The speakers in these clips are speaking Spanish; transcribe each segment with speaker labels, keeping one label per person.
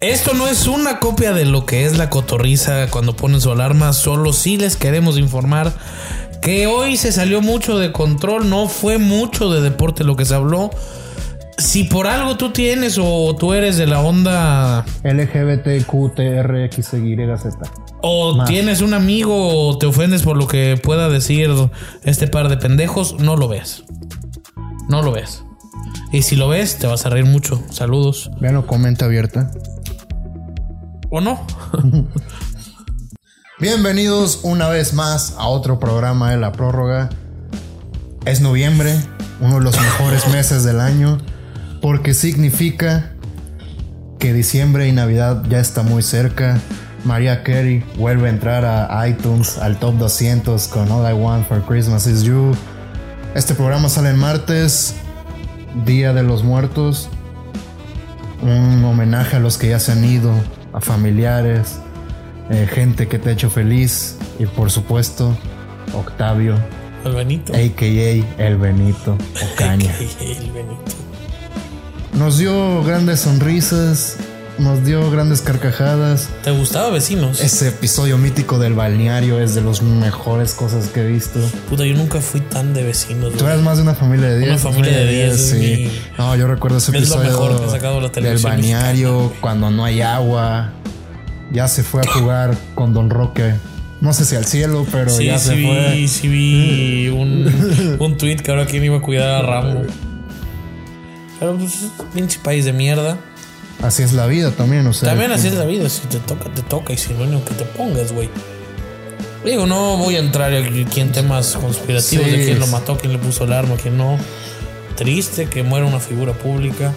Speaker 1: Esto no es una copia de lo que es la cotorriza cuando ponen su alarma, solo sí les queremos informar que hoy se salió mucho de control, no fue mucho de deporte lo que se habló. Si por algo tú tienes o tú eres de la onda
Speaker 2: LGBTQTRXYZ.
Speaker 1: o
Speaker 2: Más.
Speaker 1: tienes un amigo o te ofendes por lo que pueda decir este par de pendejos, no lo ves. No lo ves. Y si lo ves, te vas a reír mucho. Saludos.
Speaker 2: Veanlo, comenta abierta.
Speaker 1: ¿O no?
Speaker 2: Bienvenidos una vez más a otro programa de La Prórroga. Es noviembre, uno de los mejores meses del año, porque significa que diciembre y Navidad ya está muy cerca. María Carey vuelve a entrar a iTunes al top 200 con All I Want for Christmas Is You. Este programa sale en martes, Día de los Muertos. Un homenaje a los que ya se han ido, a familiares, eh, gente que te ha hecho feliz y por supuesto Octavio,
Speaker 1: El Benito.
Speaker 2: a.k.a. El Benito Ocaña.
Speaker 1: El Benito.
Speaker 2: Nos dio grandes sonrisas, nos dio grandes carcajadas.
Speaker 1: ¿Te gustaba Vecinos?
Speaker 2: Ese episodio mítico del balneario es de las mejores cosas que he visto.
Speaker 1: Puta, yo nunca fui tan de Vecinos.
Speaker 2: Tú
Speaker 1: güey.
Speaker 2: eras más de una familia de 10.
Speaker 1: familia de 10,
Speaker 2: sí.
Speaker 1: sí.
Speaker 2: No, yo recuerdo ese
Speaker 1: Es lo
Speaker 2: episodio
Speaker 1: mejor que ha sacado la
Speaker 2: del
Speaker 1: televisión
Speaker 2: balneario
Speaker 1: mexicana, güey.
Speaker 2: cuando no hay agua. Ya se fue a jugar con Don Roque. No sé si al cielo, pero
Speaker 1: Sí,
Speaker 2: ya se
Speaker 1: sí
Speaker 2: fue.
Speaker 1: vi, sí vi un, un tweet que ahora quién iba a cuidar a Rambo. Pero pues, pinche país de mierda.
Speaker 2: Así es la vida también, o sea.
Speaker 1: También
Speaker 2: que-
Speaker 1: así es la vida, si te toca, te toca y si no, ni que te pongas, güey. Digo, no voy a entrar aquí en temas conspirativos de
Speaker 2: Sí.
Speaker 1: quién lo mató, quién le puso el arma, quién no. Triste que muera una figura pública.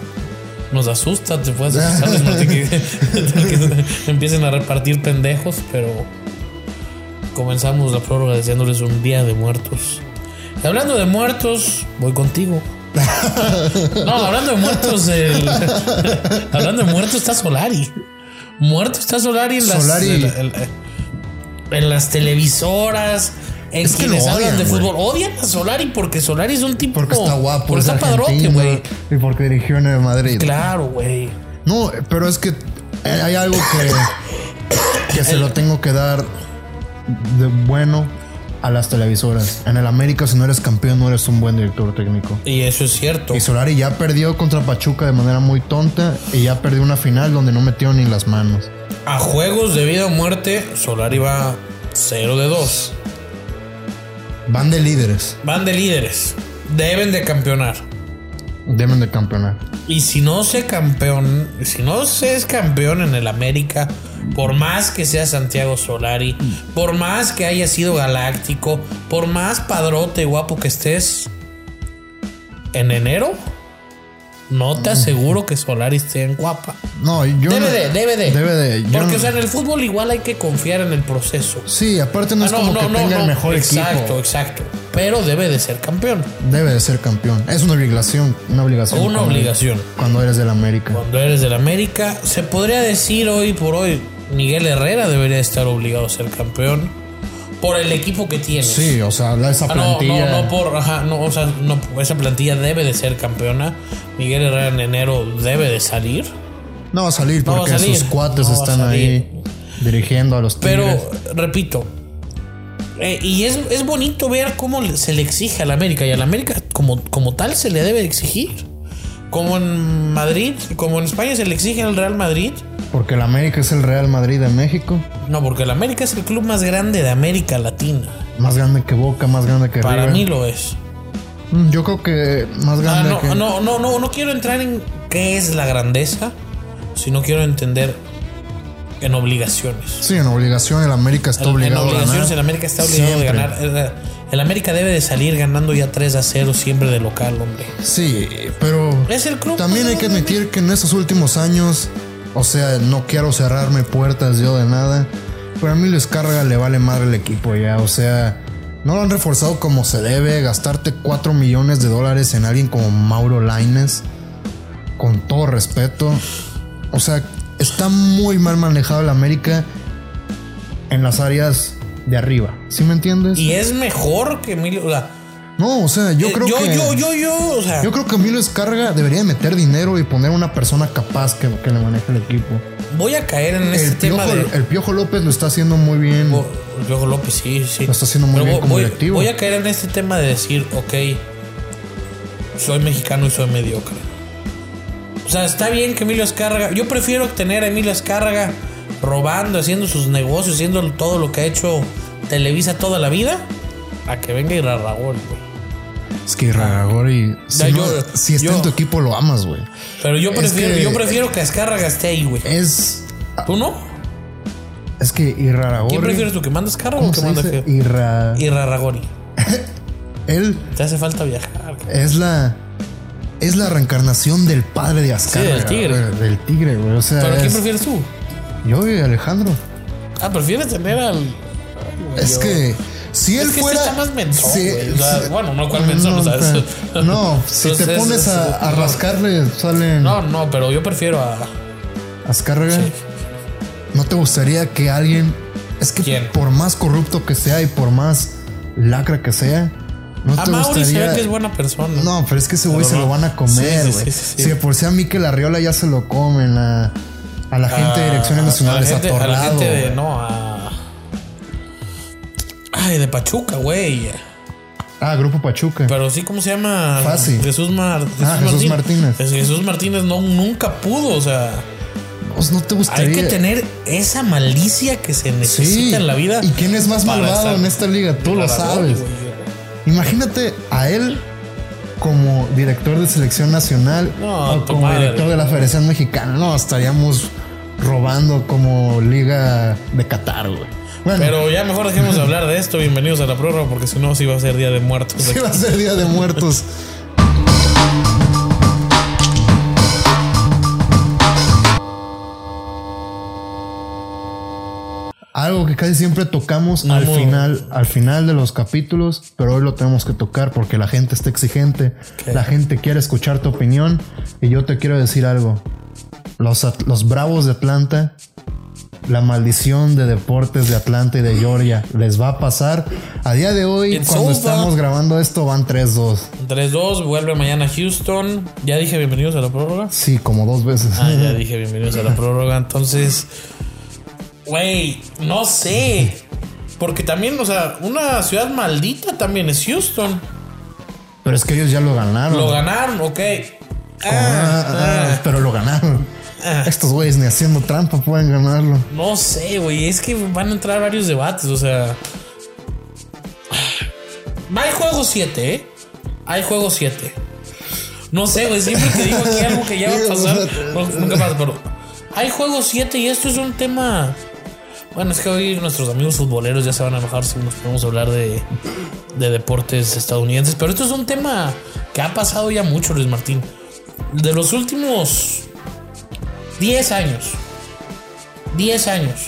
Speaker 1: Nos asusta, te puedes asustar después de que, de que empiecen a repartir pendejos, pero comenzamos la prórroga deseándoles un día de muertos. Y hablando de muertos, voy contigo. No, hablando de muertos, el- hablando de muertos está Solari. Muerto está Solari en las,
Speaker 2: Solari.
Speaker 1: en la- en la- en las televisoras. En
Speaker 2: Es que
Speaker 1: quienes
Speaker 2: lo
Speaker 1: hablan
Speaker 2: odian,
Speaker 1: de
Speaker 2: güey.
Speaker 1: fútbol. Odian a Solari porque Solari es un tipo.
Speaker 2: Porque está guapo,
Speaker 1: Porque
Speaker 2: es
Speaker 1: está padrote,
Speaker 2: argentino,
Speaker 1: güey.
Speaker 2: Y porque dirigió en el Madrid.
Speaker 1: Claro, güey.
Speaker 2: No, pero es que hay algo que, que se lo tengo que dar de bueno a las televisoras. En el América, si no eres campeón, no eres un buen director técnico.
Speaker 1: Y eso es cierto.
Speaker 2: Y Solari ya perdió contra Pachuca de manera muy tonta y ya perdió una final donde no metió ni las manos.
Speaker 1: A juegos de vida o muerte, Solari va 0 de 2.
Speaker 2: Van de líderes,
Speaker 1: Van de líderes. Deben de campeonar.
Speaker 2: deben de campeonar.
Speaker 1: Y si no se campeón, si no se es campeón en el América, por más que sea Santiago Solari, por más que haya sido galáctico, por más padrote y guapo que estés, en enero no te aseguro que Solari esté en guapa.
Speaker 2: No, yo
Speaker 1: Debe
Speaker 2: no-
Speaker 1: de, debe de.
Speaker 2: debe de. yo
Speaker 1: Porque
Speaker 2: no-
Speaker 1: o sea, en el fútbol igual hay que confiar en el proceso.
Speaker 2: sí, aparte no
Speaker 1: Ah,
Speaker 2: es como que tenga el mejor
Speaker 1: exacto,
Speaker 2: equipo.
Speaker 1: exacto. Pero debe de ser campeón.
Speaker 2: Debe de ser campeón. Es una obligación, una obligación.
Speaker 1: Una
Speaker 2: cuando-
Speaker 1: obligación.
Speaker 2: Cuando eres del América.
Speaker 1: Cuando eres del América, se podría decir hoy por hoy, Miguel Herrera debería estar obligado a ser campeón por el equipo que tiene.
Speaker 2: Sí, o sea, la- esa
Speaker 1: Ah, no,
Speaker 2: plantilla.
Speaker 1: no, no por, ajá, no, o sea, no, esa plantilla debe de ser campeona. Miguel Herrera en enero debe de salir,
Speaker 2: No va a salir
Speaker 1: No va a
Speaker 2: porque
Speaker 1: salir,
Speaker 2: sus cuates
Speaker 1: no va a
Speaker 2: están ahí dirigiendo a los
Speaker 1: pero
Speaker 2: Tigres.
Speaker 1: repito, eh, y es, es bonito ver cómo le- se le exige al América y al América como, como tal se le debe de exigir. Como en Madrid, como en España se le exige al Real Madrid,
Speaker 2: Porque el América es el Real Madrid de México.
Speaker 1: No, porque el América es el club más grande de América Latina.
Speaker 2: Más grande que Boca, más grande que
Speaker 1: Para
Speaker 2: River.
Speaker 1: mí lo es.
Speaker 2: Mm, Yo creo que más
Speaker 1: Ah,
Speaker 2: grande
Speaker 1: no,
Speaker 2: que.
Speaker 1: no, no, no, no quiero entrar en qué es la grandeza, sino quiero entender en obligaciones.
Speaker 2: Sí, en obligación el América está
Speaker 1: En- en
Speaker 2: obligado a
Speaker 1: obligaciones,
Speaker 2: ganar.
Speaker 1: el América está obligado
Speaker 2: Siempre.
Speaker 1: a ganar. El, el América debe de salir ganando ya 3 a 0 siempre de local, hombre.
Speaker 2: Sí, pero
Speaker 1: Es el club.
Speaker 2: también hay que admitir que en estos últimos años, o sea, no quiero cerrarme puertas yo de nada, pero a mí les carga le vale madre el equipo ya, o sea, no lo han reforzado como se debe, gastarte 4 millones de dólares en alguien como Mauro Laines, con todo respeto, o sea, está muy mal manejado el América en las áreas de arriba, ¿sí me entiendes?
Speaker 1: Y es mejor que Emilio. o sea,
Speaker 2: no, o sea, yo
Speaker 1: eh,
Speaker 2: creo
Speaker 1: yo,
Speaker 2: que...
Speaker 1: yo, yo, yo, o sea,
Speaker 2: Yo creo que Emilio Escarga debería meter dinero y poner una persona capaz que, que le maneje el equipo.
Speaker 1: voy a caer en este
Speaker 2: el,
Speaker 1: tema
Speaker 2: Piojo,
Speaker 1: de. Oh.
Speaker 2: el Piojo López lo está haciendo muy bien.
Speaker 1: Bo- Diego López, sí, sí.
Speaker 2: Lo está haciendo muy bien
Speaker 1: vo-
Speaker 2: como
Speaker 1: voy,
Speaker 2: directivo.
Speaker 1: voy a caer en este tema de decir, ok, soy mexicano y soy mediocre. O sea, está bien que Emilio Escárraga. Yo prefiero tener a Emilio Escárraga robando, haciendo sus negocios, haciendo todo lo que ha hecho Televisa toda la vida, a que venga y Raúl, güey.
Speaker 2: Es que Raragori, si,
Speaker 1: Ya,
Speaker 2: no-
Speaker 1: yo-
Speaker 2: si está
Speaker 1: yo-
Speaker 2: en tu equipo, lo amas, güey.
Speaker 1: Pero yo
Speaker 2: Es
Speaker 1: prefiero,
Speaker 2: que-
Speaker 1: yo prefiero que Escárraga esté ahí, güey.
Speaker 2: Es.
Speaker 1: ¿Tú no?
Speaker 2: Es que Irraragori.
Speaker 1: ¿Quién prefieres tú? ¿Que manda Escárraga o
Speaker 2: ¿Cómo
Speaker 1: que
Speaker 2: se
Speaker 1: manda
Speaker 2: dice?
Speaker 1: que-
Speaker 2: Irra-
Speaker 1: Y Rarragori.
Speaker 2: Él
Speaker 1: Te hace falta viajar. güey.
Speaker 2: es la. Es la reencarnación del padre de Azcárraga.
Speaker 1: del tigre.
Speaker 2: güey, Del tigre, güey. O sea,
Speaker 1: ¿Pero quién
Speaker 2: es-
Speaker 1: prefieres tú?
Speaker 2: yo y Alejandro.
Speaker 1: Ah, prefieres tener al.
Speaker 2: Es
Speaker 1: Yo-
Speaker 2: que si él
Speaker 1: Es que
Speaker 2: fuera.
Speaker 1: este está más mensón,
Speaker 2: si-
Speaker 1: güey. O sea,
Speaker 2: si-
Speaker 1: bueno, no, ¿cuál mensón? O sea,
Speaker 2: pero-
Speaker 1: es-
Speaker 2: no, si te
Speaker 1: Entonces,
Speaker 2: pones a,
Speaker 1: es-
Speaker 2: a rascarle, salen
Speaker 1: No, no, pero yo prefiero a.
Speaker 2: Azcárraga. ¿No te gustaría que alguien. Es que
Speaker 1: ¿Quién?
Speaker 2: por más corrupto que sea y por más lacra que sea, no
Speaker 1: A
Speaker 2: te
Speaker 1: Mauri se ve
Speaker 2: gustaría.
Speaker 1: que es buena persona.
Speaker 2: No, pero es que ese güey
Speaker 1: Pero
Speaker 2: se
Speaker 1: no.
Speaker 2: lo van a comer,
Speaker 1: Sí, sí,
Speaker 2: güey.
Speaker 1: sí, sí, sí.
Speaker 2: Si de por sí a Mikel Arriola ya se lo comen, a, a la gente de direcciones nacionales,
Speaker 1: Ah, a
Speaker 2: a,
Speaker 1: la gente, a la
Speaker 2: Torrado,
Speaker 1: gente de.
Speaker 2: güey.
Speaker 1: No, a. Ay, de Pachuca, güey.
Speaker 2: Ah, Grupo Pachuca.
Speaker 1: Pero sí, ¿cómo se llama?
Speaker 2: Fácil.
Speaker 1: Jesús, Mar-
Speaker 2: Ah, Jesús Martínez.
Speaker 1: Es- Jesús Martínez no, nunca pudo, o sea.
Speaker 2: Pues no te gustaría.
Speaker 1: Hay que tener esa malicia que se necesita en la vida.
Speaker 2: ¿Y quién es más
Speaker 1: para
Speaker 2: malvado
Speaker 1: estar-
Speaker 2: en esta liga? Tú lo
Speaker 1: para-
Speaker 2: sabes. Imagínate a él como director de selección nacional
Speaker 1: No,
Speaker 2: o
Speaker 1: tu
Speaker 2: como
Speaker 1: madre.
Speaker 2: director de la Federación Mexicana. No, estaríamos robando como liga de Qatar, güey. Bueno,
Speaker 1: Pero ya mejor dejemos de hablar de esto. Bienvenidos a la prórroga, porque si no, sí va a ser día de muertos.
Speaker 2: sí va a ser Día de Muertos. Algo que casi siempre tocamos
Speaker 1: No,
Speaker 2: al
Speaker 1: no.
Speaker 2: final, al final de los capítulos, pero hoy lo tenemos que tocar porque la gente está exigente,
Speaker 1: Ok.
Speaker 2: la gente quiere escuchar tu opinión y yo te quiero decir algo. Los, at- los Bravos de Atlanta, la maldición de deportes de Atlanta y de Georgia les va a pasar. A día de hoy,
Speaker 1: It's
Speaker 2: cuando
Speaker 1: over.
Speaker 2: estamos grabando esto, van 3-2.
Speaker 1: 3-2, vuelve mañana a Houston. Ya dije bienvenidos a la prórroga.
Speaker 2: Sí, como dos veces.
Speaker 1: Ah, ya dije bienvenidos a la prórroga. Entonces, güey, no sé. Porque también, o sea, una ciudad maldita también es Houston.
Speaker 2: Pero es que ellos ya lo ganaron.
Speaker 1: Lo ganaron, ok.
Speaker 2: Ah,
Speaker 1: Ah,
Speaker 2: ah,
Speaker 1: ah.
Speaker 2: Pero lo ganaron. Estos güeyes ni haciendo trampa pueden ganarlo.
Speaker 1: No sé, güey. Es que van a entrar varios debates, o sea. Hay juego 7, ¿eh? Hay juego 7. No sé, güey. Siempre que digo aquí algo que ya va a pasar, no- nunca pasa, pero. Hay juego 7 y esto es un tema. Bueno, es que hoy nuestros amigos futboleros ya se van a enojar si nos podemos hablar de, de deportes estadounidenses. Pero esto es un tema que ha pasado ya mucho, Luis Martín. De los últimos 10 años, 10 años.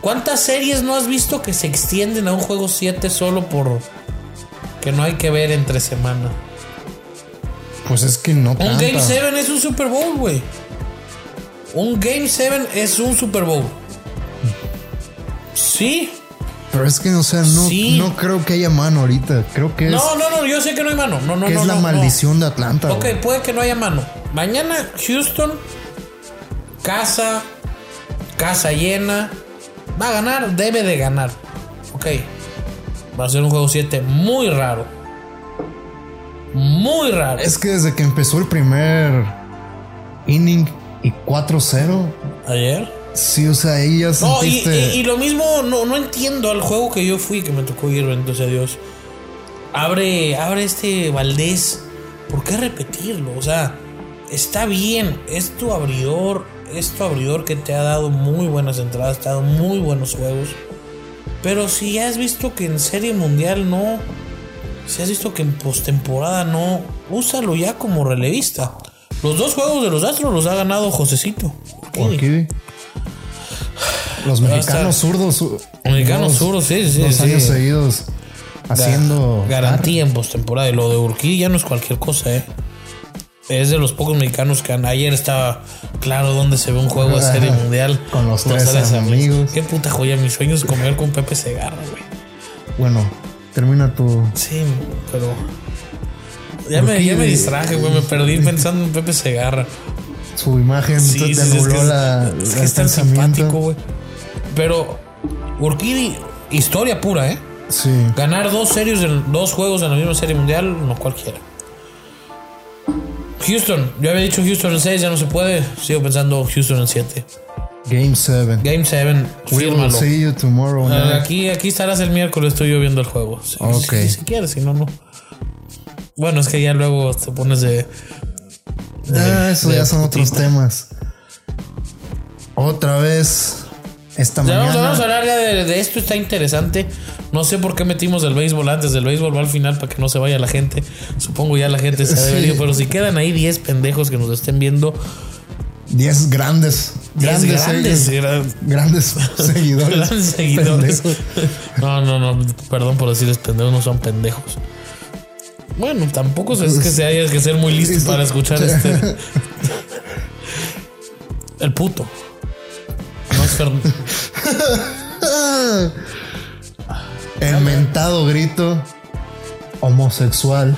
Speaker 1: ¿Cuántas series no has visto que se extienden a un juego 7 solo por que no hay que ver entre semana?
Speaker 2: Pues es que no
Speaker 1: Un
Speaker 2: tanta.
Speaker 1: Game 7 es un Super Bowl, güey. Un Game 7 es un Super Bowl. Sí.
Speaker 2: Pero es que, o sea, no,
Speaker 1: Sí.
Speaker 2: no creo que haya mano ahorita. Creo que es,
Speaker 1: No, no, no, yo sé que no hay mano. No, no,
Speaker 2: que
Speaker 1: no,
Speaker 2: es la
Speaker 1: no, no.
Speaker 2: maldición de Atlanta.
Speaker 1: Ok,
Speaker 2: güey.
Speaker 1: puede que no haya mano. Mañana Houston, casa, casa llena. Va a ganar, debe de ganar. Ok. Va a ser un juego 7 muy raro. Muy raro.
Speaker 2: Es que desde que empezó el primer inning y 4-0,
Speaker 1: Ayer.
Speaker 2: sí, o sea, ahí ya
Speaker 1: No, y,
Speaker 2: sentiste.
Speaker 1: y- y lo mismo, no, no entiendo al juego que yo fui, que me tocó ir, bendito sea Dios. Abre, abre este Valdés. ¿Por qué repetirlo? O sea, está bien, es tu abridor, es tu abridor que te ha dado muy buenas entradas, te ha dado muy buenos juegos. Pero si ya has visto que en Serie Mundial no, si has visto que en postemporada no, úsalo ya como relevista. Los dos juegos de los Astros los ha ganado Josecito.
Speaker 2: ¿Por qué? Los mexicanos zurdos. uh,
Speaker 1: Mexicanos
Speaker 2: dos-
Speaker 1: zurdos, sí, sí,
Speaker 2: Dos
Speaker 1: sí.
Speaker 2: años seguidos haciendo.
Speaker 1: garantía en postemporada. Y lo de Urquí ya no es cualquier cosa, ¿eh? Es de los pocos mexicanos que han- ayer estaba claro dónde se ve un juego de serie
Speaker 2: Ajá.
Speaker 1: mundial.
Speaker 2: Con los tres
Speaker 1: sales
Speaker 2: amigos.
Speaker 1: Qué puta joya. Mi sueño es comer con Pepe Segarra, güey.
Speaker 2: Ah, Bueno, termina tu.
Speaker 1: Sí, pero. Ya me, ya me distraje, güey. Me perdí pensando en Pepe Segarra.
Speaker 2: su imagen
Speaker 1: Sí,
Speaker 2: te
Speaker 1: sí, sí, es
Speaker 2: anuló
Speaker 1: que, es-
Speaker 2: la.
Speaker 1: es,
Speaker 2: el
Speaker 1: que es tan
Speaker 2: pensamiento.
Speaker 1: simpático, güey. Pero Urquidi, historia pura, ¿eh?
Speaker 2: Sí.
Speaker 1: Ganar dos series, en- dos juegos en la misma serie mundial, no cualquiera. Houston, yo había dicho Houston en 6, ya no se puede. Sigo pensando Houston en 7.
Speaker 2: Game 7.
Speaker 1: Game 7,
Speaker 2: We will
Speaker 1: fírmalo.
Speaker 2: see you tomorrow.
Speaker 1: Ah,
Speaker 2: night.
Speaker 1: Aquí, aquí estarás el miércoles, estoy yo viendo el juego. Si,
Speaker 2: Ok.
Speaker 1: si, si quieres, si no, no. Bueno, es que ya luego te pones de.
Speaker 2: Ah, eso
Speaker 1: de
Speaker 2: ya son otros
Speaker 1: putita.
Speaker 2: temas. Otra vez. Esta
Speaker 1: Ya vamos, vamos a
Speaker 2: mañana.
Speaker 1: hablar ya de, de esto, está interesante. No sé por qué metimos el béisbol antes, del béisbol va al final para que no se vaya la gente. Supongo ya la gente se ha de haber
Speaker 2: Sí.
Speaker 1: ido, pero si quedan ahí 10 pendejos que nos estén viendo,
Speaker 2: 10 grandes.
Speaker 1: 10 grandes,
Speaker 2: Grandes, eh,
Speaker 1: gran-
Speaker 2: grandes seguidores.
Speaker 1: grandes seguidores.
Speaker 2: Pendejos.
Speaker 1: No, no, no, perdón por decirles pendejos, no son pendejos. Bueno, tampoco es que se haya que ser muy listo para escuchar este. El puto. No es Fern-
Speaker 2: El mentado grito homosexual.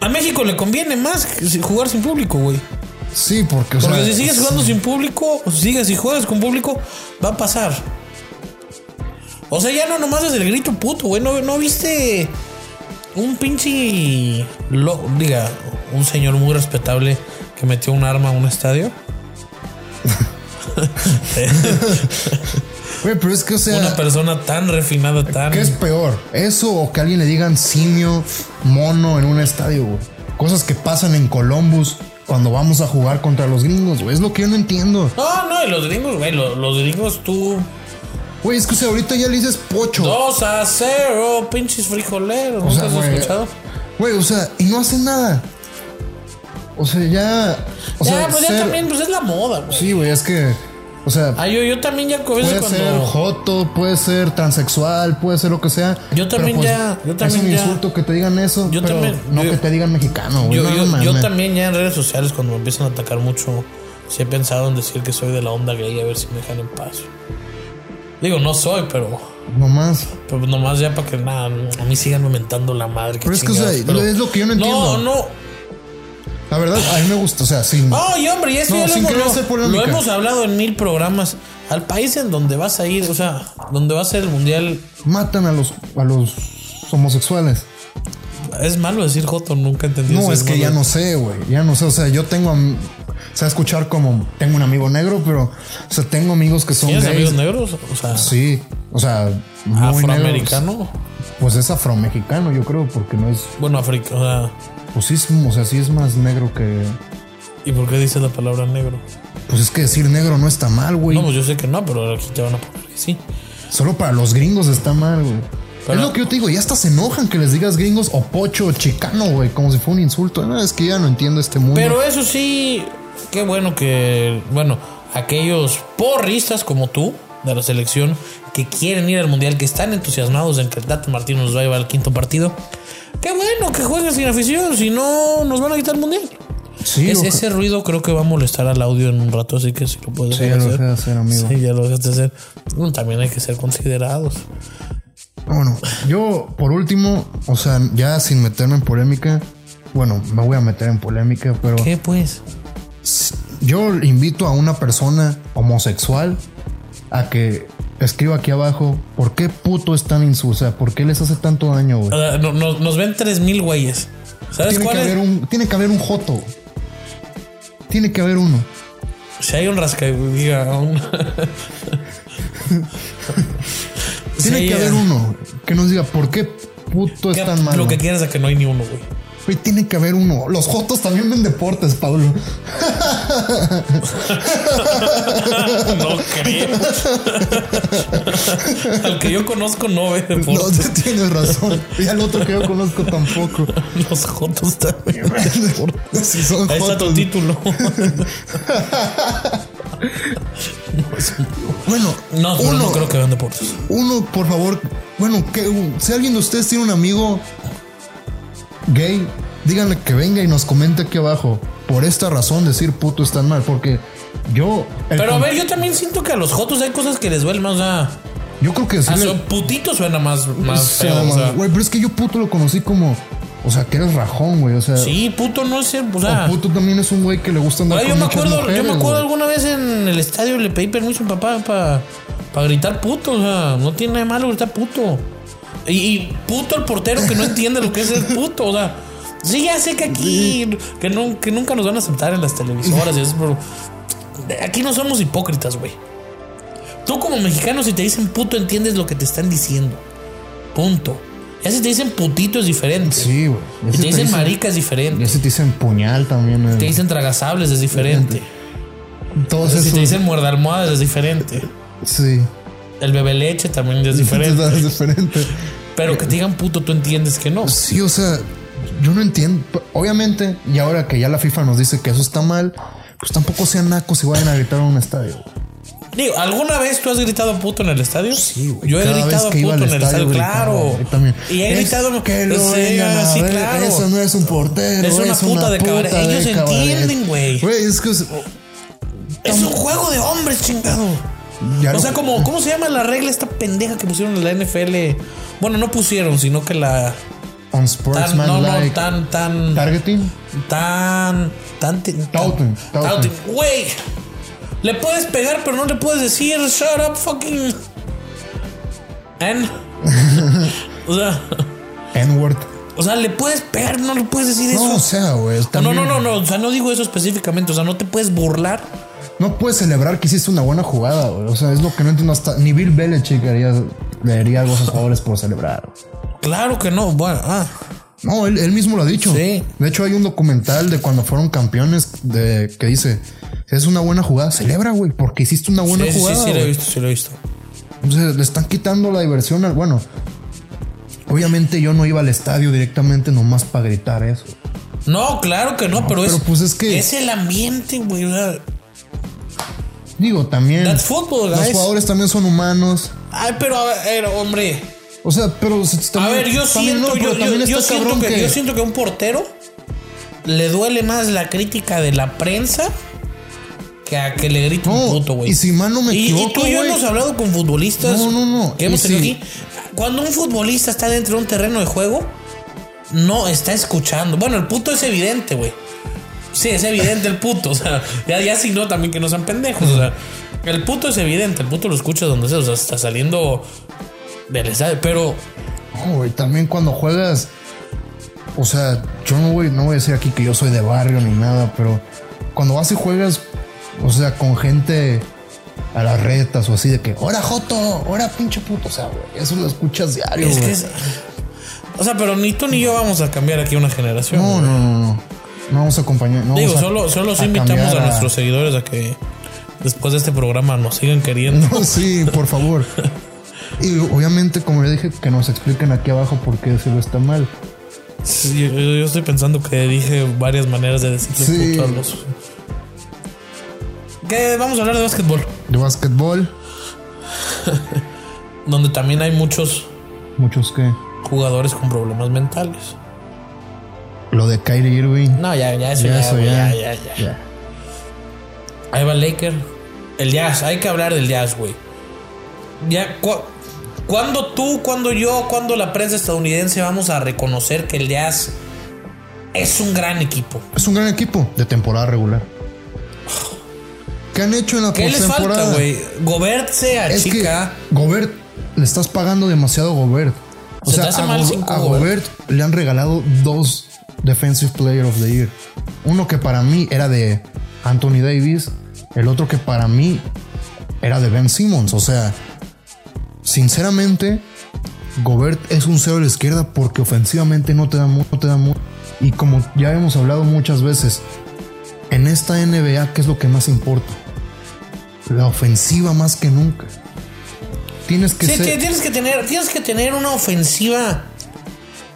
Speaker 1: A México le conviene más que jugar sin público, güey.
Speaker 2: Sí, porque, o
Speaker 1: Porque
Speaker 2: sea,
Speaker 1: si sigues jugando sin público, o si sigues y juegas con público, va a pasar. O sea, ya no nomás es el grito puto, güey. ¿No, no viste un pinche. lo- diga, un señor muy respetable que metió un arma a un estadio?
Speaker 2: Güey, pero es que, o sea,
Speaker 1: Una persona tan refinada, tan.
Speaker 2: ¿qué es peor? ¿Eso o que a alguien le digan simio, mono en un estadio, güey? Cosas que pasan en Columbus cuando vamos a jugar contra los gringos, güey. Es lo que yo no entiendo.
Speaker 1: No, no, y los gringos, güey. lo- Los, gringos, tú.
Speaker 2: Güey, es que, o sea, ahorita ya le dices pocho.
Speaker 1: 2 a 0, pinches frijoleros.
Speaker 2: O
Speaker 1: ¿Nunca
Speaker 2: sea,
Speaker 1: has
Speaker 2: güey,
Speaker 1: escuchado?
Speaker 2: Güey, o sea, y no hacen nada. O sea, ya. O
Speaker 1: ya,
Speaker 2: sea,
Speaker 1: pues ya
Speaker 2: ser-
Speaker 1: también, pues es la moda, güey.
Speaker 2: Sí, güey, es que. O sea,
Speaker 1: Ah, yo, yo también ya a veces
Speaker 2: puede
Speaker 1: cuando.
Speaker 2: ser joto, puede ser transexual, puede ser lo que sea. pues,
Speaker 1: Yo también ya- yo
Speaker 2: es
Speaker 1: también
Speaker 2: un
Speaker 1: ya-
Speaker 2: insulto que te digan eso.
Speaker 1: Yo
Speaker 2: pero
Speaker 1: también-
Speaker 2: No
Speaker 1: yo-
Speaker 2: que te digan mexicano, güey.
Speaker 1: Yo,
Speaker 2: no
Speaker 1: yo- yo
Speaker 2: mames.
Speaker 1: también ya en redes sociales cuando me empiezan a atacar mucho, sí he pensado en decir que soy de la onda gay a ver si me dejan en paz. Digo, no soy, pero,
Speaker 2: Nomás.
Speaker 1: pero nomás ya para que nada, a mí sigan lamentando la madre.
Speaker 2: Pero es que, o sea,
Speaker 1: chingados,
Speaker 2: es lo que yo no
Speaker 1: No,
Speaker 2: entiendo.
Speaker 1: no. Ah.
Speaker 2: La verdad, a mí me gusta. O sea, sin.
Speaker 1: Ay, hombre, y eso
Speaker 2: No,
Speaker 1: ya lo
Speaker 2: sin
Speaker 1: hemos,
Speaker 2: querer
Speaker 1: lo-
Speaker 2: hacer
Speaker 1: lo,
Speaker 2: polémica.
Speaker 1: hemos hablado en mil programas. Al país en donde vas a ir, o sea, donde va a ser el mundial,
Speaker 2: Matan a los, a los homosexuales.
Speaker 1: es malo decir Joto, nunca entendí
Speaker 2: No,
Speaker 1: eso,
Speaker 2: es que
Speaker 1: malo.
Speaker 2: ya no sé, güey. Ya no sé. O sea, yo tengo. am- O sea, escuchar como. Tengo un amigo negro, pero. O sea, tengo amigos que son
Speaker 1: ¿Tienes
Speaker 2: gays.
Speaker 1: amigos negros? O sea,
Speaker 2: Sí. O sea, muy negros.
Speaker 1: afroamericano.
Speaker 2: Pues es afromexicano, yo creo, porque no es.
Speaker 1: Bueno, africano. O sea,
Speaker 2: Pues sí, es- o sea, sí es más negro que.
Speaker 1: ¿Y por qué dices la palabra negro?
Speaker 2: Pues es que decir negro no está mal, güey.
Speaker 1: No, pues yo sé que no, pero aquí te van a poner que sí.
Speaker 2: Solo para los gringos está mal, güey.
Speaker 1: Pero-
Speaker 2: es lo que yo te digo, ya hasta se enojan que les digas gringos o pocho o chicano, güey, como si fuera un insulto. No, es que ya no entiendo este mundo.
Speaker 1: Pero eso sí, qué bueno que, bueno, aquellos porristas como tú de la selección que quieren ir al mundial, que están entusiasmados en que el Tato Martínez nos va a llevar al quinto partido, qué bueno que jueguen sin afición, si no nos van a quitar el mundial.
Speaker 2: sí,
Speaker 1: Es-
Speaker 2: o-
Speaker 1: ese ruido creo que va a molestar al audio en un rato, así que si lo puedes
Speaker 2: Sí,
Speaker 1: dejar
Speaker 2: ya lo
Speaker 1: hacer.
Speaker 2: dejé de hacer, amigo.
Speaker 1: Sí, ya lo dejaste hacer. Bueno, también hay que ser considerados.
Speaker 2: Bueno, yo por último, o sea, ya sin meterme en polémica, bueno, me voy a meter en polémica, pero
Speaker 1: ¿Qué pues?
Speaker 2: yo invito a una persona homosexual a que escriba aquí abajo por qué puto es tan insulsa, por qué les hace tanto daño, güey.
Speaker 1: O sea, no- no- nos ven 3000 güeyes. ¿Sabes
Speaker 2: Tiene
Speaker 1: cuál
Speaker 2: que,
Speaker 1: es?
Speaker 2: haber un, tiene que haber un joto. Tiene que haber uno.
Speaker 1: Si hay un rasca, diga, un-
Speaker 2: Tiene
Speaker 1: Sí,
Speaker 2: que haber
Speaker 1: eh,
Speaker 2: uno que nos diga por qué puto es
Speaker 1: que-
Speaker 2: tan malo.
Speaker 1: Lo que quieras es que no hay ni uno, güey.
Speaker 2: Güey, tiene que haber uno. Los jotos también ven deportes, Pablo.
Speaker 1: No creo. Al que yo conozco no ve deporte.
Speaker 2: No, tienes razón. Y al otro que yo conozco tampoco.
Speaker 1: Los jotos también.
Speaker 2: Si son
Speaker 1: Ahí está tu
Speaker 2: jotos.
Speaker 1: título.
Speaker 2: Bueno,
Speaker 1: No, pero
Speaker 2: uno,
Speaker 1: no creo que vean deportes.
Speaker 2: uno, por favor. Bueno, que, uh, si alguien de ustedes tiene un amigo gay, díganle que venga y nos comente aquí abajo. Por esta razón decir puto es tan mal, porque yo... el
Speaker 1: Pero a
Speaker 2: con-
Speaker 1: ver, yo también siento que a los jotos hay cosas que les duelen más. O sea,
Speaker 2: Yo creo que
Speaker 1: a
Speaker 2: decirle...
Speaker 1: su putito suena más,
Speaker 2: O
Speaker 1: más
Speaker 2: sea,
Speaker 1: feo. o sea.
Speaker 2: güey, pero es que yo puto lo conocí como... O sea, que eres rajón, güey. O sea,
Speaker 1: Sí, puto no es el. O sea,
Speaker 2: o puto también es un güey que le gusta andar
Speaker 1: güey,
Speaker 2: con
Speaker 1: yo, me
Speaker 2: muchas
Speaker 1: acuerdo,
Speaker 2: mujeres,
Speaker 1: yo me acuerdo
Speaker 2: güey.
Speaker 1: alguna vez en el estadio le pedí permiso a mi papá para gritar puto. O sea, no tiene nada de malo gritar puto. Y, y puto el portero que no entiende lo que es ser puto. O sea, sí, ya sé que aquí. Que, no- que nunca nos van a aceptar en las televisoras. y eso, pero aquí no somos hipócritas, güey. Tú como mexicano, si te dicen puto, entiendes lo que te están diciendo. Punto. Ya si te dicen putito es diferente.
Speaker 2: Sí, güey. Ya
Speaker 1: Si
Speaker 2: se
Speaker 1: te dicen marica es diferente.
Speaker 2: Ya se te dicen puñal también. eh.
Speaker 1: Si te dicen tragasables es diferente.
Speaker 2: Todos
Speaker 1: Si
Speaker 2: esos.
Speaker 1: te dicen muerde almohadas es diferente.
Speaker 2: Sí.
Speaker 1: El bebé leche también es diferente.
Speaker 2: Es diferente. eh,
Speaker 1: Pero que te digan puto, tú entiendes que no.
Speaker 2: Sí, o sea, yo no entiendo. Obviamente, y ahora que ya la FIFA nos dice que eso está mal, pues tampoco sean nacos y vayan a gritar a un estadio.
Speaker 1: Digo, ¿alguna vez tú has gritado puto en el estadio?
Speaker 2: Sí, güey.
Speaker 1: Yo he
Speaker 2: Cada
Speaker 1: gritado
Speaker 2: vez que iba
Speaker 1: puto en
Speaker 2: al
Speaker 1: el estadio,
Speaker 2: gritaba,
Speaker 1: claro.
Speaker 2: yo también.
Speaker 1: Y he
Speaker 2: Es
Speaker 1: gritado.
Speaker 2: que lo
Speaker 1: Sí,
Speaker 2: vengan a
Speaker 1: sí,
Speaker 2: ver,
Speaker 1: claro.
Speaker 2: Eso no es un portero.
Speaker 1: Es una puta de cabaret. Ellos entienden, güey.
Speaker 2: Güey, es que. es- oh,
Speaker 1: Es un juego de hombres, chingado.
Speaker 2: ya
Speaker 1: O
Speaker 2: no-
Speaker 1: sea, como, ¿cómo se llama la regla esta pendeja que pusieron en la NFL? Bueno, no pusieron, sino que la.
Speaker 2: On
Speaker 1: Tan,
Speaker 2: sportsman
Speaker 1: no, no,
Speaker 2: like.
Speaker 1: tan, tan.
Speaker 2: Targeting.
Speaker 1: tan tan tan-
Speaker 2: Tauten, tauten.
Speaker 1: tauten. güey le puedes pegar pero no le puedes decir shut up fucking and o sea
Speaker 2: N-word.
Speaker 1: o sea le puedes pegar no le puedes decir
Speaker 2: No, o
Speaker 1: eso
Speaker 2: sea, güey.
Speaker 1: no
Speaker 2: también-
Speaker 1: no no no o sea no digo eso específicamente o sea no te puedes burlar
Speaker 2: No puedes celebrar que hiciste una buena jugada, güey. O sea, es lo que no entiendo hasta. Ni Bill Belichick haría, le haría algo a sus jugadores por celebrar.
Speaker 1: claro que no bueno ah
Speaker 2: No, él, él mismo lo ha dicho.
Speaker 1: Sí.
Speaker 2: De hecho, hay un documental de cuando fueron campeones de, que dice: Es una buena jugada, celebra, güey, porque hiciste una buena
Speaker 1: sí, sí, sí,
Speaker 2: jugada.
Speaker 1: sí, lo he
Speaker 2: güey".
Speaker 1: visto sí lo he visto
Speaker 2: O sea, le están quitando la diversión al. Bueno, obviamente yo no iba al estadio directamente nomás para gritar eso.
Speaker 1: no claro que no, pero,
Speaker 2: pero
Speaker 1: es
Speaker 2: pues es que-
Speaker 1: es el ambiente güey o sea,
Speaker 2: Digo, también.
Speaker 1: that's football
Speaker 2: los
Speaker 1: guys
Speaker 2: jugadores también son humanos.
Speaker 1: ay pero a ver hombre
Speaker 2: O sea, pero. se- se-
Speaker 1: A
Speaker 2: Pues también-
Speaker 1: ver, yo
Speaker 2: también no,
Speaker 1: siento,
Speaker 2: pero
Speaker 1: yo, yo-
Speaker 2: también
Speaker 1: yo
Speaker 2: está
Speaker 1: siento
Speaker 2: cabrón
Speaker 1: que, yo siento que a un portero le duele más la crítica de la prensa que a que le grite
Speaker 2: No,
Speaker 1: un puto, güey.
Speaker 2: y si mal no me
Speaker 1: Y- Y
Speaker 2: equivoco,
Speaker 1: tú y yo
Speaker 2: güey.
Speaker 1: hemos hablado con futbolistas.
Speaker 2: No, no, no.
Speaker 1: Que hemos
Speaker 2: Y
Speaker 1: tenido
Speaker 2: sí.
Speaker 1: aquí. Cuando un futbolista está dentro de un terreno de juego, no está escuchando. Bueno, el puto es evidente, güey. Sí, es evidente el puto. O sea, ya, ya si no, también que no sean pendejos. O sea, el puto es evidente. El puto lo escucha donde sea. O sea, está saliendo del estadio. Pero
Speaker 2: No, güey, también cuando juegas. O sea, yo no voy, no voy a decir aquí que yo soy de barrio ni nada, pero cuando vas y juegas, o sea, con gente a las retas o así de que, ¡Hora Joto! ¡Hora pinche puto! O sea, güey, eso lo escuchas diario,
Speaker 1: Es que
Speaker 2: güey.
Speaker 1: es- O sea, pero ni tú ni yo vamos a cambiar aquí una generación.
Speaker 2: No,
Speaker 1: güey.
Speaker 2: no, no, no. No vamos a acompañar. no
Speaker 1: Digo,
Speaker 2: vamos a-
Speaker 1: solo, solo los
Speaker 2: a
Speaker 1: invitamos
Speaker 2: cambiar
Speaker 1: a, nuestros seguidores a que después de este programa nos sigan queriendo.
Speaker 2: No, sí, por favor. Y obviamente, como ya dije, que nos expliquen aquí abajo por qué decirlo está mal.
Speaker 1: Sí, Yo, yo estoy pensando que dije varias maneras de decirle
Speaker 2: Sí.
Speaker 1: puto a los. Que vamos a hablar de básquetbol,
Speaker 2: De básquetbol,
Speaker 1: donde también hay muchos
Speaker 2: muchos que.
Speaker 1: jugadores con problemas mentales.
Speaker 2: Lo de Kyrie Irving.
Speaker 1: No, ya, ya, eso, ya,
Speaker 2: eso
Speaker 1: güey,
Speaker 2: ya.
Speaker 1: ya, ya, ya.
Speaker 2: Ya.
Speaker 1: Ahí va Laker. El jazz, hay que hablar del jazz, güey. Ya, cu- ¿Cuándo tú, cuándo yo, cuándo la prensa estadounidense vamos a reconocer que el jazz es un gran equipo?
Speaker 2: Es un gran equipo de temporada regular. ¿Qué han hecho en la
Speaker 1: ¿Qué les falta,
Speaker 2: postemporada?
Speaker 1: güey? Gobert se
Speaker 2: Es
Speaker 1: achica.
Speaker 2: que Gobert le estás pagando demasiado a Gobert. O
Speaker 1: Se te
Speaker 2: sea,
Speaker 1: hace
Speaker 2: a,
Speaker 1: mal
Speaker 2: Go-
Speaker 1: cinco
Speaker 2: a
Speaker 1: Gobert.
Speaker 2: Gobert le han regalado dos Defensive Player of the Year. Uno que para mí era de Anthony Davis, el otro que para mí era de Ben Simmons. O sea, sinceramente, Gobert es un cero a la izquierda porque ofensivamente no te da mucho, no te da mucho. Y como ya hemos hablado muchas veces, en esta NBA, ¿qué es lo que más importa? La ofensiva más que nunca. Tienes que
Speaker 1: Sí,
Speaker 2: ser.
Speaker 1: ti- tienes que tener, tienes que tener una ofensiva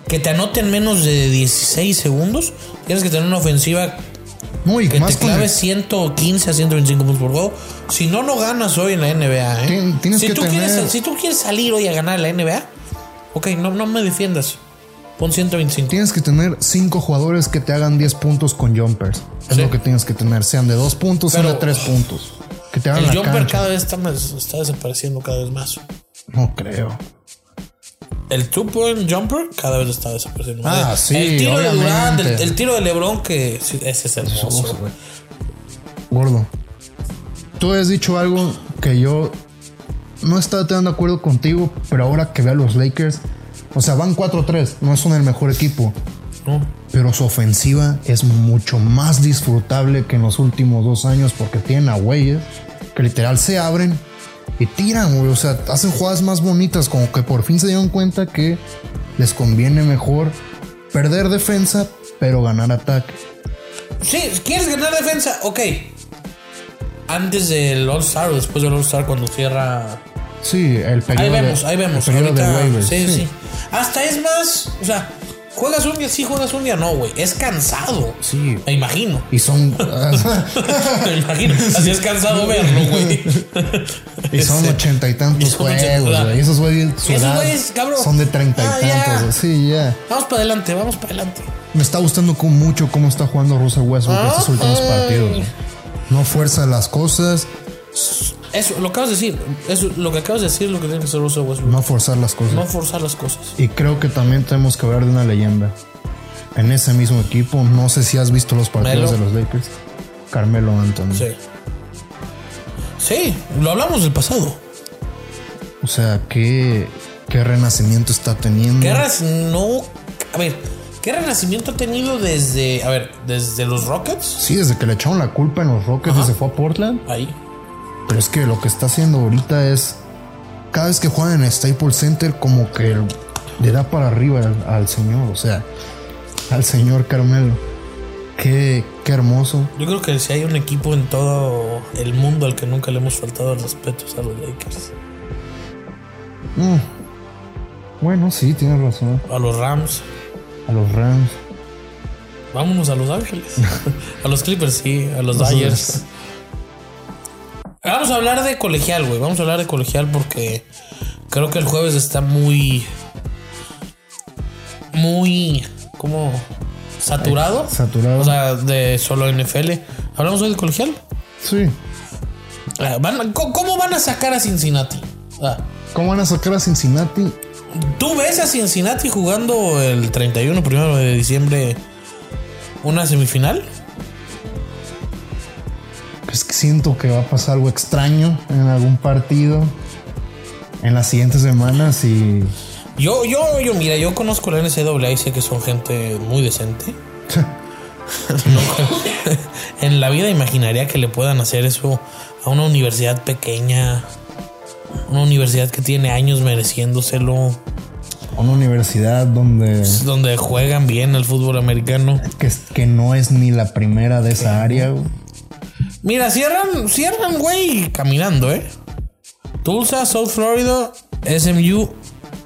Speaker 1: que te anote en menos de 16 segundos. Tienes que tener una ofensiva
Speaker 2: no, y
Speaker 1: que
Speaker 2: más pues, eh.
Speaker 1: te
Speaker 2: con el-
Speaker 1: claves 115 a 125 puntos por juego. Si no, no ganas hoy en la NBA. ¿eh?
Speaker 2: Tien- tienes
Speaker 1: si,
Speaker 2: que
Speaker 1: tú
Speaker 2: tener-
Speaker 1: quieres, si tú quieres salir hoy a ganar en la NBA, ok, no, no me defiendas. Pon 125.
Speaker 2: Tienes que tener cinco jugadores que te hagan 10 puntos con jumpers. Es
Speaker 1: Sí.
Speaker 2: lo que tienes que tener. Sean de dos puntos, sean
Speaker 1: Pero-
Speaker 2: de tres puntos. Que te hagan
Speaker 1: El
Speaker 2: la
Speaker 1: jumper
Speaker 2: cancha.
Speaker 1: cada vez está, más- está desapareciendo cada vez más.
Speaker 2: No creo.
Speaker 1: el two point jumper cada vez está desapareciendo.
Speaker 2: Ah,
Speaker 1: El-
Speaker 2: sí,
Speaker 1: El tiro de Durant,
Speaker 2: obviamente.
Speaker 1: el, el tiro de LeBron que sí, ese es hermoso.
Speaker 2: güey. Gordo. Tú has dicho algo que yo no estaba tan de acuerdo contigo, pero ahora que veo a los Lakers, o sea, van 4-3, no son el mejor equipo,
Speaker 1: ¿no?
Speaker 2: pero su ofensiva es mucho más disfrutable que en los últimos dos años porque tienen a güeyes que literal se abren y tiran, güey. O sea, hacen jugadas más bonitas, como que por fin se dieron cuenta que les conviene mejor perder defensa, pero ganar ataque.
Speaker 1: Sí, ¿quieres ganar defensa? Ok. Antes del All-Star o después del All-Star cuando cierra
Speaker 2: Sí, el periodo.
Speaker 1: Ahí
Speaker 2: de-
Speaker 1: vemos, ahí vemos.
Speaker 2: El periodo
Speaker 1: Ahorita,
Speaker 2: de waivers.
Speaker 1: sí, sí, Hasta es más, o sea, juegas un día sí, juegas un día no, güey. Es cansado.
Speaker 2: Sí.
Speaker 1: Me imagino.
Speaker 2: Y son.
Speaker 1: Me imagino. Así es cansado verlo, güey.
Speaker 2: y son
Speaker 1: Este,
Speaker 2: ochenta y tantos
Speaker 1: y son ochenta,
Speaker 2: juegos,
Speaker 1: ¿verdad?
Speaker 2: güey. Y Esos güeyes. su
Speaker 1: Esos
Speaker 2: edad
Speaker 1: güeyes, cabrón.
Speaker 2: Son de treinta y
Speaker 1: Ah, ya.
Speaker 2: tantos. güey. Sí, ya.
Speaker 1: Vamos para adelante, vamos para adelante.
Speaker 2: Me está gustando con mucho cómo está jugando Russell Westbrook
Speaker 1: Ah,
Speaker 2: estos últimos partidos. güey. No fuerza las cosas,
Speaker 1: Eso, lo acabas de decir. Eso, lo que acabas de decir es lo que tiene que hacer Russell Westbrook.
Speaker 2: no forzar las cosas.
Speaker 1: No forzar las cosas.
Speaker 2: Y creo que también tenemos que hablar de una leyenda. En ese mismo equipo, no sé si has visto los
Speaker 1: Melo.
Speaker 2: partidos de los Lakers. Carmelo Anthony.
Speaker 1: Sí. Sí, lo hablamos del pasado.
Speaker 2: O sea, qué, qué renacimiento está teniendo.
Speaker 1: ¿Qué renas- no. A ver, ¿qué renacimiento ha tenido desde. A ver, desde los Rockets?
Speaker 2: Sí, desde que le echaron la culpa en los Rockets y se fue a Portland.
Speaker 1: Ahí.
Speaker 2: Pero es que lo que está haciendo ahorita es. Cada vez que juegan en Staples Center, como que el- le da para arriba al, al señor. O sea, al señor Carmelo. Qué, qué hermoso.
Speaker 1: Yo creo que si hay un equipo en todo el mundo al que nunca le hemos faltado el respeto es a los Lakers.
Speaker 2: Mm. Bueno, sí, tienes razón.
Speaker 1: A los Rams.
Speaker 2: A los Rams.
Speaker 1: Vámonos a Los Ángeles. a los Clippers, sí. A los Dyers. Vamos a hablar de colegial, güey. Vamos a hablar de colegial porque creo que el jueves está muy. Muy. ¿Cómo? ¿Saturado?
Speaker 2: Saturado.
Speaker 1: O sea, de solo NFL. ¿Hablamos hoy de colegial?
Speaker 2: Sí.
Speaker 1: Ah, van a- ¿Cómo cómo van a sacar a Cincinnati? Ah.
Speaker 2: ¿Cómo van a sacar a Cincinnati?
Speaker 1: ¿Tú ves a Cincinnati jugando el 31, primero de diciembre, una semifinal?
Speaker 2: Pues que siento que va a pasar algo extraño en algún partido. En las siguientes semanas y.
Speaker 1: Yo, yo, yo, mira, yo conozco la NCAA y sé que son gente muy decente. No, en la vida imaginaría que le puedan hacer eso a una universidad pequeña, una universidad que tiene años mereciéndoselo,
Speaker 2: una universidad donde
Speaker 1: donde juegan bien el fútbol americano.
Speaker 2: que, es- que no es ni la primera de esa área. güey.
Speaker 1: Mira, cierran, cierran, güey, caminando, ¿eh? Tulsa, South Florida, SMU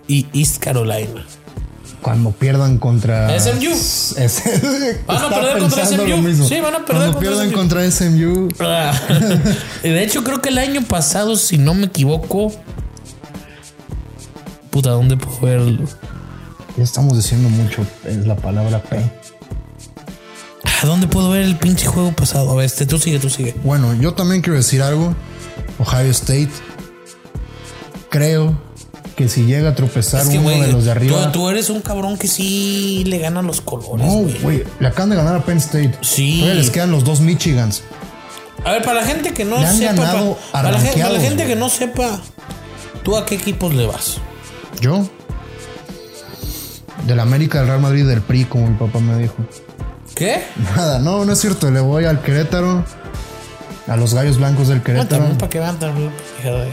Speaker 1: y East Carolina.
Speaker 2: Cuando pierdan contra
Speaker 1: SMU.
Speaker 2: Es- estaba
Speaker 1: Van a perder contra
Speaker 2: pensando lo
Speaker 1: SMU.
Speaker 2: mismo.
Speaker 1: Sí, van a perder
Speaker 2: Cuando
Speaker 1: contra
Speaker 2: pierdan
Speaker 1: SMU.
Speaker 2: contra SMU.
Speaker 1: Ah, de hecho, creo que el año pasado, si no me equivoco... Puta, ¿dónde puedo verlo?
Speaker 2: Ya estamos diciendo mucho es la palabra P.
Speaker 1: Ah, ¿Dónde puedo ver el pinche juego pasado? A ver, este, tú sigue, tú sigue.
Speaker 2: Bueno, yo también quiero decir algo. Ohio State. Creo que si llega a tropezar
Speaker 1: Es que,
Speaker 2: uno
Speaker 1: güey,
Speaker 2: de los de arriba.
Speaker 1: Tú, tú eres un cabrón que sí le gana los colores,
Speaker 2: No,
Speaker 1: güey.
Speaker 2: güey, le acaban de ganar a Penn State.
Speaker 1: Sí.
Speaker 2: Todavía les quedan los dos Michigans.
Speaker 1: A ver, para la gente que no
Speaker 2: Le han
Speaker 1: sepa.
Speaker 2: ganado
Speaker 1: pa- para, la gente, para la
Speaker 2: arranqueados,
Speaker 1: gente
Speaker 2: güey.
Speaker 1: que no sepa, ¿tú a qué equipos le vas?
Speaker 2: Yo. Del América, del Real Madrid, del PRI, como mi papá me dijo.
Speaker 1: ¿Qué?
Speaker 2: Nada, no, no es cierto. Le voy al Querétaro. A los gallos blancos del
Speaker 1: Ah,
Speaker 2: Querétaro.
Speaker 1: también para que vean también. fíjate.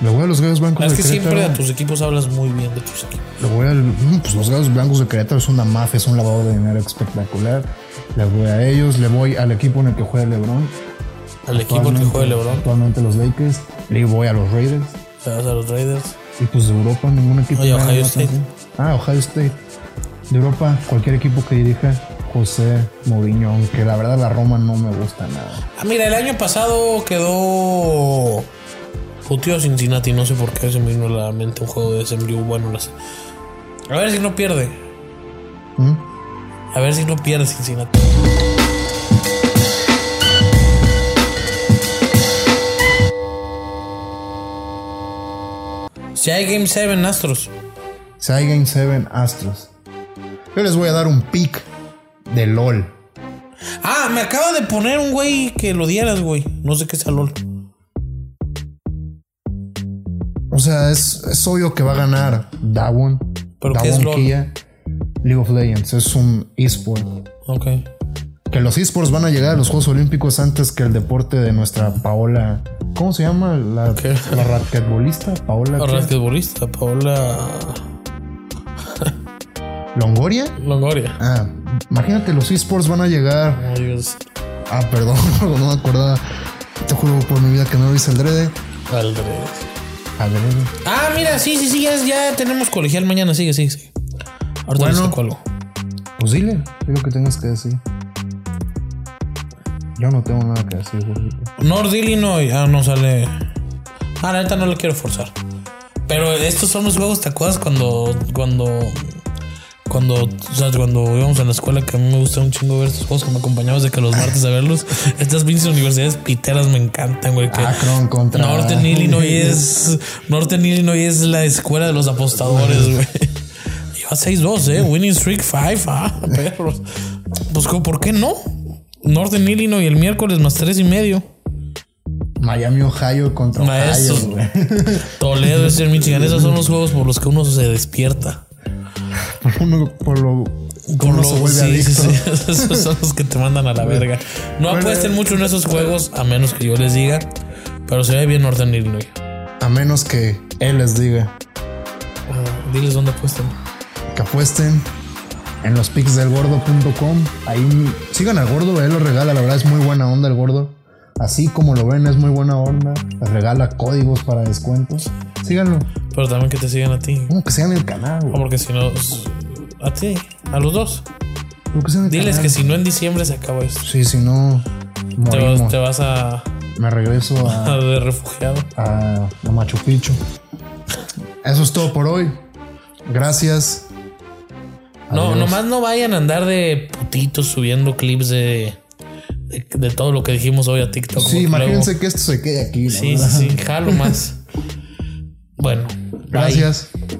Speaker 2: Le voy a los gallos blancos
Speaker 1: Ah, Es
Speaker 2: del
Speaker 1: que siempre
Speaker 2: Querétaro.
Speaker 1: de tus equipos hablas muy bien de tus equipos.
Speaker 2: Le voy al. mm, Pues los gallos blancos del Querétaro es una mafia, es un lavado de dinero espectacular. Le voy a ellos, le voy al equipo en el que juega Lebron.
Speaker 1: Al equipo que
Speaker 2: actualmente-
Speaker 1: juega LeBron,
Speaker 2: Actualmente los Lakers. Le voy a los Raiders.
Speaker 1: le vas a los Raiders.
Speaker 2: Y pues de Europa ningún equipo.
Speaker 1: Oye,
Speaker 2: me llama
Speaker 1: Ohio
Speaker 2: la
Speaker 1: State.
Speaker 2: atención. Ah, Ohio State. De Europa, cualquier equipo que dirija José Mourinho, aunque la verdad la Roma no me gusta nada.
Speaker 1: Ah, mira, el año pasado quedó puteo Cincinnati. No sé por qué se me vino a la mente un juego de SMU. Bueno, no sé. A ver si no pierde.
Speaker 2: ¿Mm?
Speaker 1: A ver si no pierde Cincinnati. Si hay Game 7 Astros.
Speaker 2: Saiyan 7 Astros. Yo les voy a dar un pick de LOL.
Speaker 1: Ah, me acaba de poner un güey que lo dieras, güey. No sé qué es LOL.
Speaker 2: O sea, es, es obvio que va a ganar Dawon.
Speaker 1: ¿Pero qué es
Speaker 2: Dawon
Speaker 1: LOL?
Speaker 2: Kia, League of Legends. Es un esport.
Speaker 1: Ok.
Speaker 2: Que los esports van a llegar a los Juegos Olímpicos antes que el deporte de nuestra Paola. ¿Cómo se llama? La,
Speaker 1: ¿Qué?
Speaker 2: la raquetbolista. Paola. ¿qué?
Speaker 1: Basquetbolista, Paola
Speaker 2: ¿Longoria?
Speaker 1: Longoria.
Speaker 2: Ah, imagínate, los esports van a llegar.
Speaker 1: Oh, Dios.
Speaker 2: Ah, perdón, no me acordaba. Te juro por mi vida que no lo hice al drede.
Speaker 1: Aldred.
Speaker 2: Al drede.
Speaker 1: Ah, mira, sí, sí, sí, ya, ya tenemos colegial mañana, sigue, sigue, sigue. Ahorita
Speaker 2: Bueno.
Speaker 1: les saco algo.
Speaker 2: Pues dile, di lo que tengas que decir. Yo no tengo nada que decir, güey.
Speaker 1: North Illinois, ah, no sale. Ah, la neta no lo quiero forzar. Pero estos son los juegos, ¿te acuerdas cuando. cuando. Cuando, o sea, cuando íbamos a la escuela, que a mí me gustaba un chingo ver estos juegos, que me acompañabas de que los martes a verlos. Estas pinches universidades piteras me encantan, güey. Que
Speaker 2: Akron Ah, contra.
Speaker 1: Northern Illinois es. Northern Illinois es la escuela de los apostadores, güey. Lleva 6-2, eh. Winning Streak 5, ah, perros. Pues, ¿por qué no? Northern Illinois el miércoles más tres y medio.
Speaker 2: Miami, Ohio contra
Speaker 1: Maestros.
Speaker 2: Ohio, güey.
Speaker 1: Toledo, Eastern Michigan, esos son los juegos por los que uno se despierta.
Speaker 2: Por, uno- por lo.
Speaker 1: Por
Speaker 2: uno se
Speaker 1: sí,
Speaker 2: vuelve
Speaker 1: sí,
Speaker 2: adicto.
Speaker 1: sí, esos son los que te mandan a la verga. No
Speaker 2: Bueno. eh.
Speaker 1: apuesten mucho en esos juegos, a menos que yo les diga. Pero se ve bien Northern Illinois.
Speaker 2: A menos que él les diga
Speaker 1: Ah, diles dónde apuestan.
Speaker 2: que apuesten en los pics del gordo.com. Ahí sigan al gordo, él lo regala. La verdad es muy buena onda el gordo. Así como lo ven, es muy buena onda. Les regala códigos para descuentos. Síganlo.
Speaker 1: Pero también que te sigan a ti.
Speaker 2: Como que sigan el canal,
Speaker 1: No,
Speaker 2: güey.
Speaker 1: Porque si no, s- a ti, a los dos.
Speaker 2: Como que sigan el
Speaker 1: Diles
Speaker 2: canal.
Speaker 1: que si no en diciembre se acaba esto.
Speaker 2: Sí, si no,
Speaker 1: Te vas,
Speaker 2: morimos.
Speaker 1: te vas a,
Speaker 2: Me regreso a,
Speaker 1: a de refugiado.
Speaker 2: a- a Machu Picchu. Eso es todo por hoy. Gracias.
Speaker 1: No,
Speaker 2: Adiós.
Speaker 1: nomás no vayan a andar de putitos subiendo clips de, de, de todo lo que dijimos hoy a TikTok.
Speaker 2: Sí,
Speaker 1: porque
Speaker 2: imagínense que esto se quede aquí.
Speaker 1: luego-
Speaker 2: la
Speaker 1: sí,
Speaker 2: verdad.
Speaker 1: sí, sí, jalo más. Bueno, bye.
Speaker 2: Gracias.